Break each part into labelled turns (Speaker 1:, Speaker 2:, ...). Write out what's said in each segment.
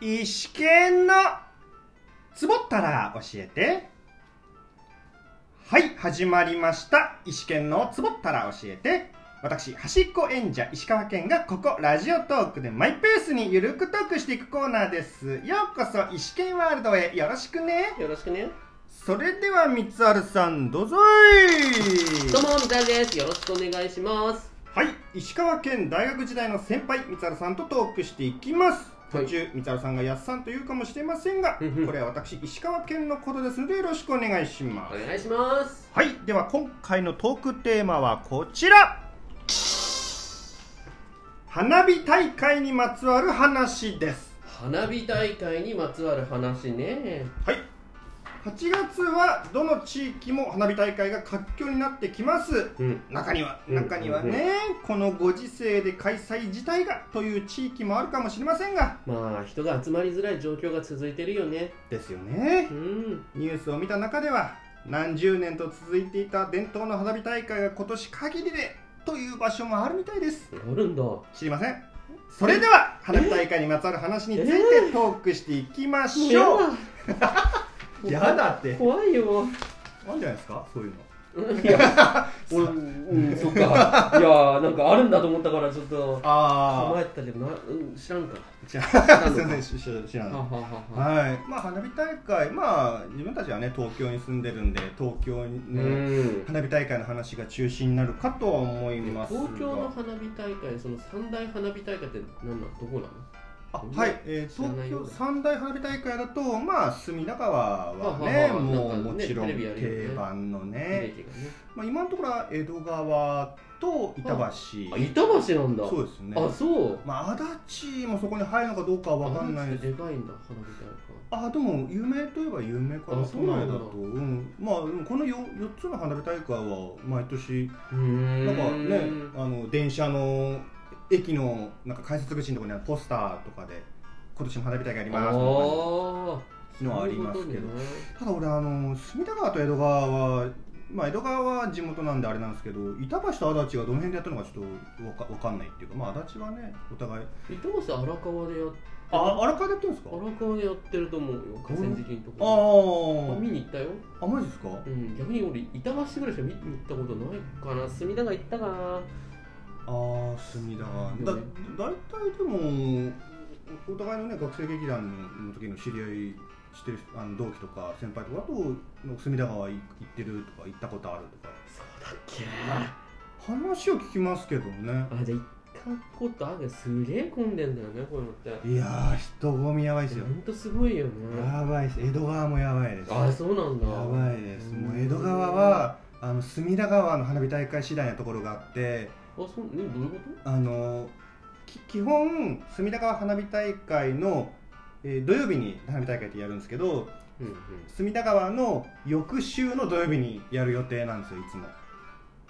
Speaker 1: 石剣のつぼったら教えてはい始まりました石剣のつぼったら教えて私端っこ演者石川県がここラジオトークでマイペースにゆるくトークしていくコーナーですようこそ石剣ワールドへよろしくね
Speaker 2: よろしくね。
Speaker 1: それでは三つあるさんどうぞい
Speaker 2: どうも、みたです。よろしくお願いします。
Speaker 1: はい石川県大学時代の先輩三原さんとトークしていきます
Speaker 2: は
Speaker 1: 途
Speaker 2: い
Speaker 1: 中、三原さんがやっさんと言うかもしれませんが
Speaker 2: うんうん
Speaker 1: これは私石川県のことですのでよろしくお願いしま
Speaker 2: お
Speaker 1: す
Speaker 2: 願いします。
Speaker 1: はいでは今回のトークテーマはこちら花火大会にまつわる話です
Speaker 2: 花火大会にまつわる話ね。
Speaker 1: はい8月はどの地域も花火大会が活況になってきます
Speaker 2: うん。
Speaker 1: 中には
Speaker 2: うん
Speaker 1: 中にはね、このご時世で開催自体がという地域もあるかもしれませんが
Speaker 2: まあ、人が集まりづらい状況が続いてるよね。
Speaker 1: ですよね
Speaker 2: うん。
Speaker 1: ニュースを見た中では何十年と続いていた伝統の花火大会が今年限りでという場所もあるみたいです
Speaker 2: あるんだ。も
Speaker 1: 知りませんそれでは花火大会にまつわる話についてトークしていきま
Speaker 2: う
Speaker 1: し
Speaker 2: や
Speaker 1: ょう
Speaker 2: だ。
Speaker 1: やだって
Speaker 2: 怖いよ。
Speaker 1: あるんじゃないですかそういうの
Speaker 2: うんいや、俺、うん、そっ か。いや、なんかあるんだと思ったから、ちょっと。構
Speaker 1: あ
Speaker 2: えてたけどな、うん、知らんか。
Speaker 1: あすいま
Speaker 2: らんのか
Speaker 1: せんしし知ら
Speaker 2: は
Speaker 1: ない
Speaker 2: ははは。
Speaker 1: はい、まあ花火大会、まあ自分たちはね東京に住んでるんで東京
Speaker 2: う
Speaker 1: にね、
Speaker 2: ん。
Speaker 1: 花火大会の話が中心になるかとは思いますが
Speaker 2: 東京の花火大会、その三大花火大会って何なのどこなの
Speaker 1: あはい、えー
Speaker 2: 知らない
Speaker 1: 東
Speaker 2: よ
Speaker 1: 京三大花火大会だとまあ隅田川はね、
Speaker 2: ははは
Speaker 1: もう
Speaker 2: なんかね
Speaker 1: もちろん
Speaker 2: テレビやるよね
Speaker 1: 定番のね
Speaker 2: イメージがね。
Speaker 1: まあ今のところは江戸川と板橋、
Speaker 2: あ板橋なんだ
Speaker 1: そうですね
Speaker 2: あそう
Speaker 1: まあ足立もそこに入るのかどうかは分かんないです
Speaker 2: でかいんだ花火
Speaker 1: あでも有名といえば有名かな
Speaker 2: あ
Speaker 1: 都
Speaker 2: そうな
Speaker 1: 内
Speaker 2: んだ
Speaker 1: だとうんまあでもこの 4, 四つの花火大会は毎年
Speaker 2: 大会うん
Speaker 1: なんかねあの電車の駅のなんか改札口のところにあるポスターとかで今年も花火大会あり
Speaker 2: あ
Speaker 1: ますとか
Speaker 2: あ
Speaker 1: のありますけどただ俺あの隅田川と江戸川はまあ江戸川は地元なんであれなんですけど板橋と足立がどの辺でやったのかちょっとわかわかんないっていうかまあ足立はねお互い
Speaker 2: 板橋荒川でやっ
Speaker 1: あ荒川でやってるんですか
Speaker 2: 荒川でやってると思うよ河川敷のと
Speaker 1: あ
Speaker 2: こあ見
Speaker 1: ー
Speaker 2: に行ったよ、
Speaker 1: あマジですか
Speaker 2: うん、逆に俺板橋ぐらいしか見に行ったことないかな隅田川行ったかな
Speaker 1: あー隅田川だ
Speaker 2: ね
Speaker 1: 大体でもおお互いのね学生劇団の時の知り合いしてる人あの同期とか先輩とかだとの隅田川行ってるとか行ったことあるとか
Speaker 2: そうだっけあ
Speaker 1: 話を聞きますけどね
Speaker 2: じゃあ行ったことあるけどすげえ混んでんだよねこういうのって
Speaker 1: いやー人混みやばいですよ
Speaker 2: ほんとすごいよね
Speaker 1: やばいです江戸川もやばいです
Speaker 2: あそうなんだ
Speaker 1: やばいですもう江戸川はあの隅田川の花火大会次第なところがあって
Speaker 2: あそうねどういうこ
Speaker 1: あのき基本隅田川花火大会の、えー土曜日に花火大会ってやるんですけど
Speaker 2: とうんうん
Speaker 1: 隅田川の翌週の土曜日にやる予定なんですよいつも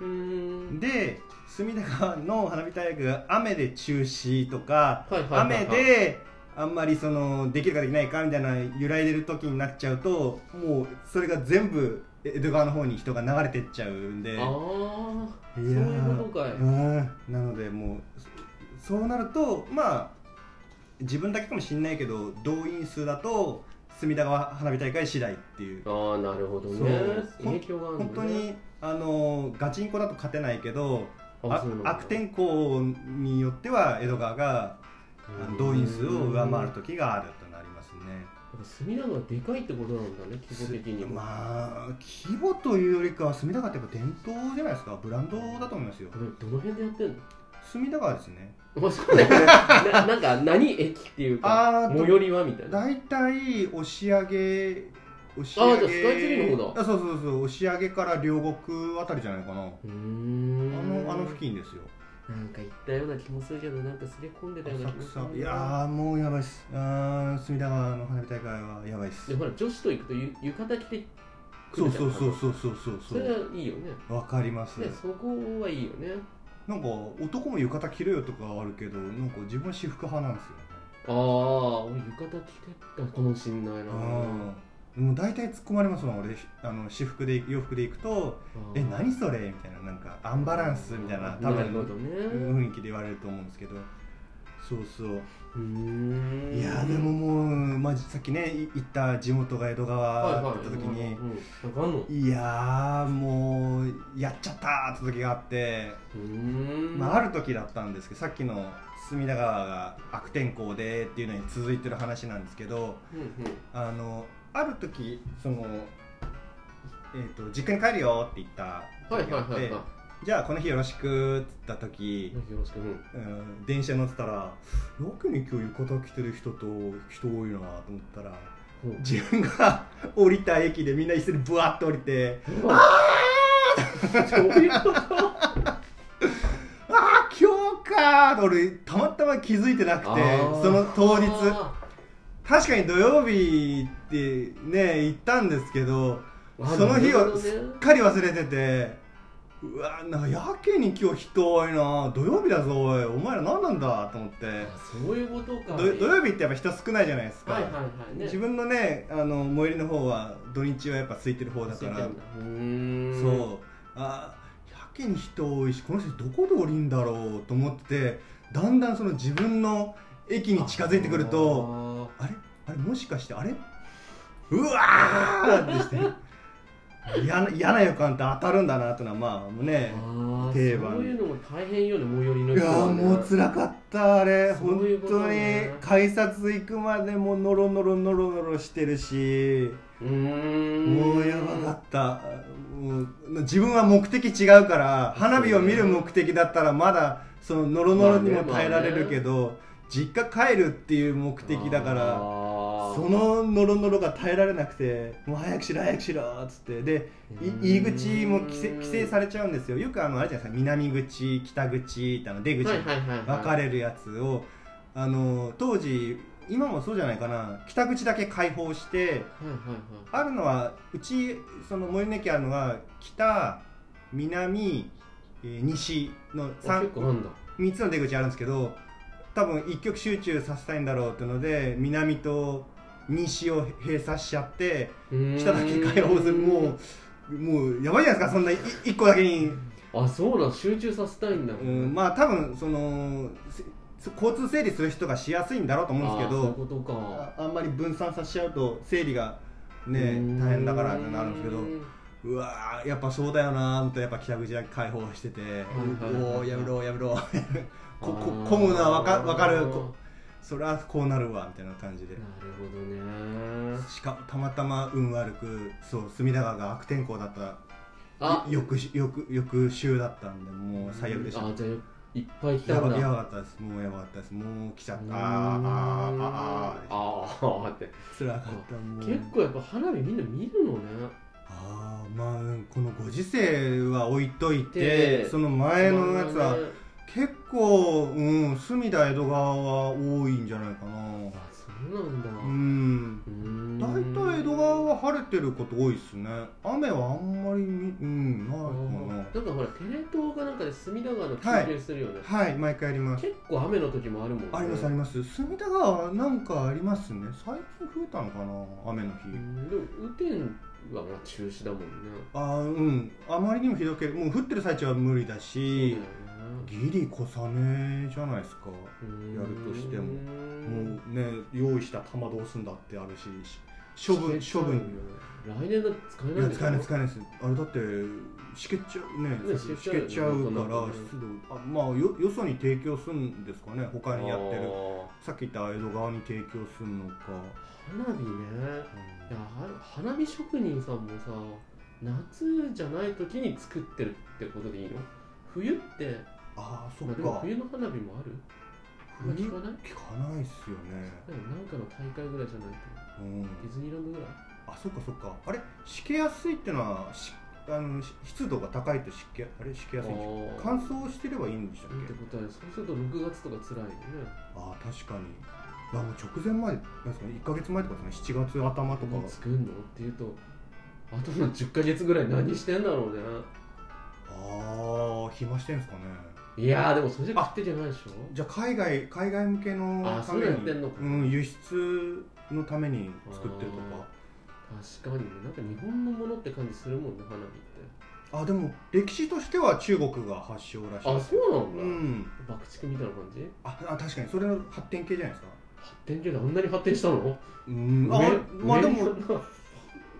Speaker 2: うーん
Speaker 1: で隅田川の花火大会が雨で中止とか
Speaker 2: はいはいはいはい
Speaker 1: 雨であんまりそのできるかできないかみたいな揺らいでる時になっちゃうともうそれが全部江戸川の方に人が流れてっちゃうんで
Speaker 2: ああそう
Speaker 1: やー
Speaker 2: いうことかい
Speaker 1: うんなのでもうそそうなるとまあ自分だけかもしれないけど動員数だと隅田川花火大会次第っていう
Speaker 2: ああなるほど
Speaker 1: そ
Speaker 2: ね
Speaker 1: う
Speaker 2: 影響があるのね
Speaker 1: 本当にあのガチンコだと勝てないけどあ
Speaker 2: あそうなんだ
Speaker 1: 悪天候によっては江戸川があの動員数を上回る時があるとなりますね。
Speaker 2: うん隅田川でかいってことなんだね基本的にも
Speaker 1: まあ規模というよりかは隅田川ってやっぱ伝統じゃないですかブランドだと思いますよ
Speaker 2: あれどの辺でやってんの
Speaker 1: 隅田川ですね
Speaker 2: あそうだよ ねななんか何駅っていう
Speaker 1: あ
Speaker 2: か
Speaker 1: ーと
Speaker 2: 最寄りはみたいな
Speaker 1: 大体押上押上
Speaker 2: あじゃあスカイツリーの方だ
Speaker 1: あそうそうそう押上から両国あたりじゃないかなあ
Speaker 2: うーん
Speaker 1: のあの付近ですよ
Speaker 2: なんか行ったような気もするけどなんかすれ込んでたような
Speaker 1: 浅
Speaker 2: 気もする
Speaker 1: 草
Speaker 2: ない
Speaker 1: やーもうやばいっすあー隅田川の花火大会はやばいっす
Speaker 2: でほら女子と行くとゆ浴衣着て
Speaker 1: そうそうそうそう
Speaker 2: 来るじゃん
Speaker 1: そう
Speaker 2: そ
Speaker 1: そう
Speaker 2: れ
Speaker 1: そ
Speaker 2: はいいよね
Speaker 1: うわかります
Speaker 2: ねそこはいいよね
Speaker 1: なんか男も浴衣着ろよとかあるけどなんか自分は私服派なんですよね
Speaker 2: ああ俺浴衣着てたかもしんないな
Speaker 1: うんもう大体突っ込まれますもん俺あの私服で洋服で行くと「え何それ?」みたいななんかアンバランスみたいな多
Speaker 2: なる
Speaker 1: 分
Speaker 2: ほどね、
Speaker 1: 雰囲気で言われると思うんですけどそうそう
Speaker 2: うーん
Speaker 1: いやーでももう、まあ、さっきねい行った地元が江戸川だった時に、
Speaker 2: はいはいうんなんかあんのう
Speaker 1: いやーもうやっちゃったーって時があって、
Speaker 2: ーん
Speaker 1: まあ、ある時だったんですけどさっきの隅田川が悪天候でっていうのに続いてる話なんですけど
Speaker 2: うんうん
Speaker 1: あのある時その、えー、と実家に帰るよって言った
Speaker 2: はい
Speaker 1: 時が
Speaker 2: はい
Speaker 1: あって、
Speaker 2: はいはいよ
Speaker 1: じゃあこの日よろしくって言った時、
Speaker 2: ろしくうん
Speaker 1: うん電車乗ってたらやけに今日浴衣着てる人と人多いなと思ったら
Speaker 2: うん
Speaker 1: 自分が降りた駅でみんな一斉にブワッと降りて
Speaker 2: ああどういう こと
Speaker 1: 「ああ今日か!」って俺たまたま気づいてなく
Speaker 2: あ
Speaker 1: て
Speaker 2: ー
Speaker 1: その当日
Speaker 2: あ
Speaker 1: 確かに土曜日ってね行ったんですけど
Speaker 2: ー
Speaker 1: その日
Speaker 2: なるほ
Speaker 1: を
Speaker 2: どね
Speaker 1: すっかり忘れててうわなんかやけに今日人多いな土曜日だぞおいお前ら何なんだと思って
Speaker 2: あそういうことか
Speaker 1: ど土曜日ってやっぱ人少ないじゃないですか、
Speaker 2: はいはいはいね
Speaker 1: 自分のねあの最寄りの方は土日はやっぱ空いてる方だから
Speaker 2: うーん
Speaker 1: そうあやけに人多いしこの人どこで降りんだろうと思ってだんだんその自分の駅に近づいてくると
Speaker 2: と
Speaker 1: あれあれもしかしてあれうわーってして嫌な嫌な予感って当たるんだなってのはまあね定番
Speaker 2: そういうのも大変よね最寄りの
Speaker 1: い
Speaker 2: 人
Speaker 1: や
Speaker 2: は
Speaker 1: ー
Speaker 2: ね
Speaker 1: もう辛かったあれ
Speaker 2: そういう
Speaker 1: 本
Speaker 2: こと
Speaker 1: 当に
Speaker 2: ね
Speaker 1: 改札行くまでもノロノロノロノロしてるし
Speaker 2: うーん
Speaker 1: もうやばかったもう自分は目的違うから花火を見る目的だったらまだそのノロノロにも耐えられるけど、実家帰るっていう目的だから
Speaker 2: あー
Speaker 1: そのノロノロが耐えられなくてもう早くしろ早くしろっつってでい入り口も規制規制されちゃうんですよよくあのあれじゃないですか南口北口ってあの出口
Speaker 2: はいはいはいはい
Speaker 1: 分かれるやつをあの当時今もそうじゃないかな北口だけ開放して
Speaker 2: はいはいはい
Speaker 1: あるのはうちその最寄りの駅あるのは北南、えー西の
Speaker 2: あ結
Speaker 1: 3,
Speaker 2: 構なんだ
Speaker 1: 三つの出口あるんですけど多分一極集中させたいんだろうってので南と西を閉鎖しちゃって北だけ開放するもうもうやばいじゃないですかそんない1個だけに、
Speaker 2: うあそうなん集中させたいんだ
Speaker 1: うん、まあ多分そのせ交通整理する人がしやすいんだろうと思うんですけ
Speaker 2: あ
Speaker 1: ど
Speaker 2: ーそういうことか
Speaker 1: ああんまり分散させちゃうと整理がね
Speaker 2: うん
Speaker 1: 大変だからってなるんですけどうわーやっぱそうだよなーんとやっぱ北口だけ開放してて
Speaker 2: はいはい
Speaker 1: おおやめろやめろここ
Speaker 2: あー
Speaker 1: 混むのはわかわかるこそりゃこうなるわみたいな感じで
Speaker 2: なるほどね
Speaker 1: しかもたまたま運悪くそう隅田川が悪天候だった
Speaker 2: あ
Speaker 1: 翌し翌翌週だったんでもう最悪でした
Speaker 2: あじゃあいっぱい来
Speaker 1: や
Speaker 2: たん
Speaker 1: ば
Speaker 2: だ
Speaker 1: やばかったですもうやばかったですもう来ちゃったあーあーあーあー
Speaker 2: あーあーって
Speaker 1: つらかったもう
Speaker 2: 結構やっぱ花火みんな見るのね
Speaker 1: ああまあこのご時世は置いといて
Speaker 2: で
Speaker 1: その前のやつは
Speaker 2: ね
Speaker 1: 結構うん隅田江戸川は多いんじゃないかな
Speaker 2: あそうなんだ
Speaker 1: うん
Speaker 2: うーん
Speaker 1: 大体江戸川は晴れてること多いっすね雨はあんまりみうんない
Speaker 2: あー
Speaker 1: か
Speaker 2: なんかほらテレ東かなんかで隅田川の中継するよね、
Speaker 1: なはい毎回やります
Speaker 2: 結構雨の時もあるもんね
Speaker 1: ありますあります隅田川なんかありますね最近増えたのかな雨の日
Speaker 2: うんでも雨天はまあ中止だもんね
Speaker 1: ああうんあまりにもひどければもう降ってる最中は無理だし、ギリ小雨じゃないですかやるとしてももうね用意した玉どうすんだってあるしし処分処分
Speaker 2: 来年だって使え
Speaker 1: い
Speaker 2: ない
Speaker 1: や
Speaker 2: んだよ
Speaker 1: 使えない使えないですあれだってしけっちゃうね
Speaker 2: ね
Speaker 1: し
Speaker 2: し
Speaker 1: け
Speaker 2: け
Speaker 1: っ
Speaker 2: っ
Speaker 1: ち
Speaker 2: ち
Speaker 1: ゃ
Speaker 2: ゃう
Speaker 1: う
Speaker 2: よ
Speaker 1: か
Speaker 2: ね
Speaker 1: ら湿度あまあよよそに提供するんですかね他にやってるさっき言った江戸川に提供するのか、
Speaker 2: あー花火ねいやは花火職人さんもさ夏じゃない時に作ってるってことでいいの冬って
Speaker 1: ああそっ
Speaker 2: まあでも
Speaker 1: か
Speaker 2: 冬の花火もある
Speaker 1: 冬
Speaker 2: 聞かない
Speaker 1: 聞かないっすよね、
Speaker 2: でもなんかの大会ぐらいじゃない
Speaker 1: う
Speaker 2: と
Speaker 1: ん、
Speaker 2: ディズニーランドぐらい
Speaker 1: あそっかそっかあれ湿気やすいってのはしあのし湿度が高いと湿気あれ湿気やすいんでしょ
Speaker 2: あー
Speaker 1: 乾燥してればいいんでしたっ
Speaker 2: っ
Speaker 1: け
Speaker 2: てことはそうすると6月とか辛いよね
Speaker 1: ああ確かにいやもう直前までなんですかね1か月前とかですね7月頭とか
Speaker 2: もう作んのっていうとあとの10ヶ月ぐらい何してんだろうね
Speaker 1: ああ暇してんですかね
Speaker 2: いやーでもそれじゃ勝手じゃないでしょ
Speaker 1: じゃあ海外海外向けの
Speaker 2: あ
Speaker 1: た
Speaker 2: そう
Speaker 1: め
Speaker 2: やっ
Speaker 1: に
Speaker 2: てんのか
Speaker 1: うん、輸出のために作ってるとか
Speaker 2: 確かにねなんか日本のものって感じするもんね花火って
Speaker 1: あでも歴史としては中国が発祥らしい
Speaker 2: あそうなんだ、
Speaker 1: うん
Speaker 2: 爆竹みたいな感じ
Speaker 1: ああ確かにそれの発展系じゃないですか
Speaker 2: 発展系であんなに発展したの
Speaker 1: うんあまあでも
Speaker 2: 上にそんな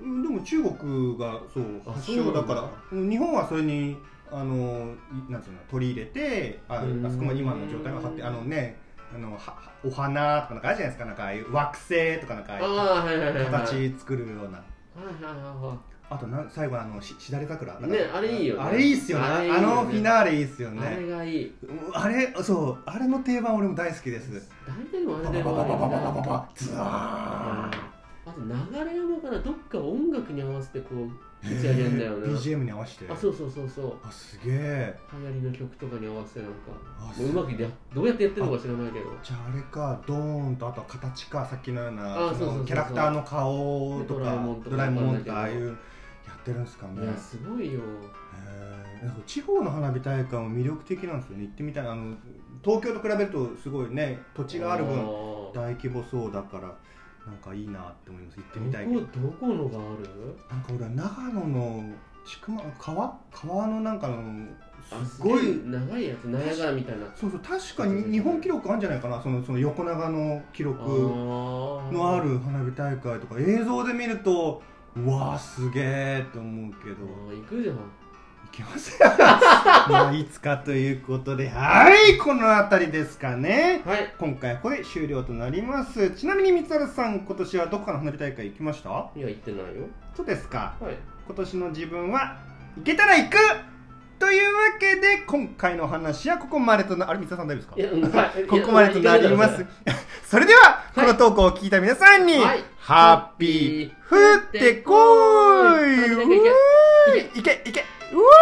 Speaker 1: うんでも中国がそう
Speaker 2: あ
Speaker 1: 発祥だから
Speaker 2: そう
Speaker 1: うん日本はそれにあのいなんつうの取り入れてあ
Speaker 2: うん
Speaker 1: あそこまで今の状態が発展あのねあのははお花とかなんかあるじゃないですかなんかああいう惑星とかなんかああいう
Speaker 2: ああはいはいはいはいはい
Speaker 1: 形作るような
Speaker 2: は
Speaker 1: あとなん最後のあのししだれ桜なんか
Speaker 2: ねあれいいよね
Speaker 1: あれいいっすよね
Speaker 2: あ
Speaker 1: あ
Speaker 2: れいいよね
Speaker 1: のフィナーレいいっすよ
Speaker 2: いはいあれ
Speaker 1: ね
Speaker 2: がいい
Speaker 1: うんあれそうあれの定番俺も大好きです
Speaker 2: 大体でもあ
Speaker 1: パ
Speaker 2: れ
Speaker 1: パ
Speaker 2: で
Speaker 1: パ
Speaker 2: も
Speaker 1: パパパパパパ
Speaker 2: あ
Speaker 1: ズワーン
Speaker 2: と流れ山からどっか音楽に合わせてこう打ち上げんだよね
Speaker 1: BGM に合わせて
Speaker 2: あそうそうそうそう
Speaker 1: あすげえ
Speaker 2: 流行りの曲とかに合わせてなんか
Speaker 1: あ
Speaker 2: もううまくやどうやってやってるのか知らないけど
Speaker 1: じゃああれかドーンとあとは形かさっきのようなその
Speaker 2: あそうそうそうそう
Speaker 1: キャラクターの顔と
Speaker 2: ドラ
Speaker 1: か
Speaker 2: えもんとか
Speaker 1: ドラえもんとかあ
Speaker 2: わ
Speaker 1: あ
Speaker 2: かんない
Speaker 1: い
Speaker 2: け
Speaker 1: う
Speaker 2: ど
Speaker 1: やってるんですかね
Speaker 2: いやすごいよ
Speaker 1: へえなんか地方の花火大会も魅力的なんですよね行ってみたいあの東京と比べるとすごいね土地がある
Speaker 2: ー
Speaker 1: 分大規模そうだからなんかいいなって思います行ってみたいけど
Speaker 2: どこどこのがある
Speaker 1: なんか俺は長野の千曲川川のなんかの
Speaker 2: あ
Speaker 1: すごい
Speaker 2: 長いやつナヤガラみたいな
Speaker 1: そうそう確かに日本記録あるんじゃないかなそのその横長の記
Speaker 2: あ
Speaker 1: 録
Speaker 2: ー
Speaker 1: のある花火大会とか映像で見るとうわーすげえと思うけど
Speaker 2: あー行くじゃん
Speaker 1: いけませ んまあいつかということではいこの辺りですかね
Speaker 2: はい
Speaker 1: 今回はこれで終了となりますちなみに三原さん今年はどこかの花火大会行きました
Speaker 2: いや行ってないよ
Speaker 1: そうですか
Speaker 2: はい
Speaker 1: 今年の自分は行けたら行くというわけで今回のお話はここまでとなあれ三原さん大丈夫ですか
Speaker 2: いやうんはい
Speaker 1: ここまでとなります。 それでは、この投稿を聞いた皆さんに、
Speaker 2: はい
Speaker 1: ハッピー、降ってこー
Speaker 2: はい
Speaker 1: い、うーい、いけ、いけ、うおーい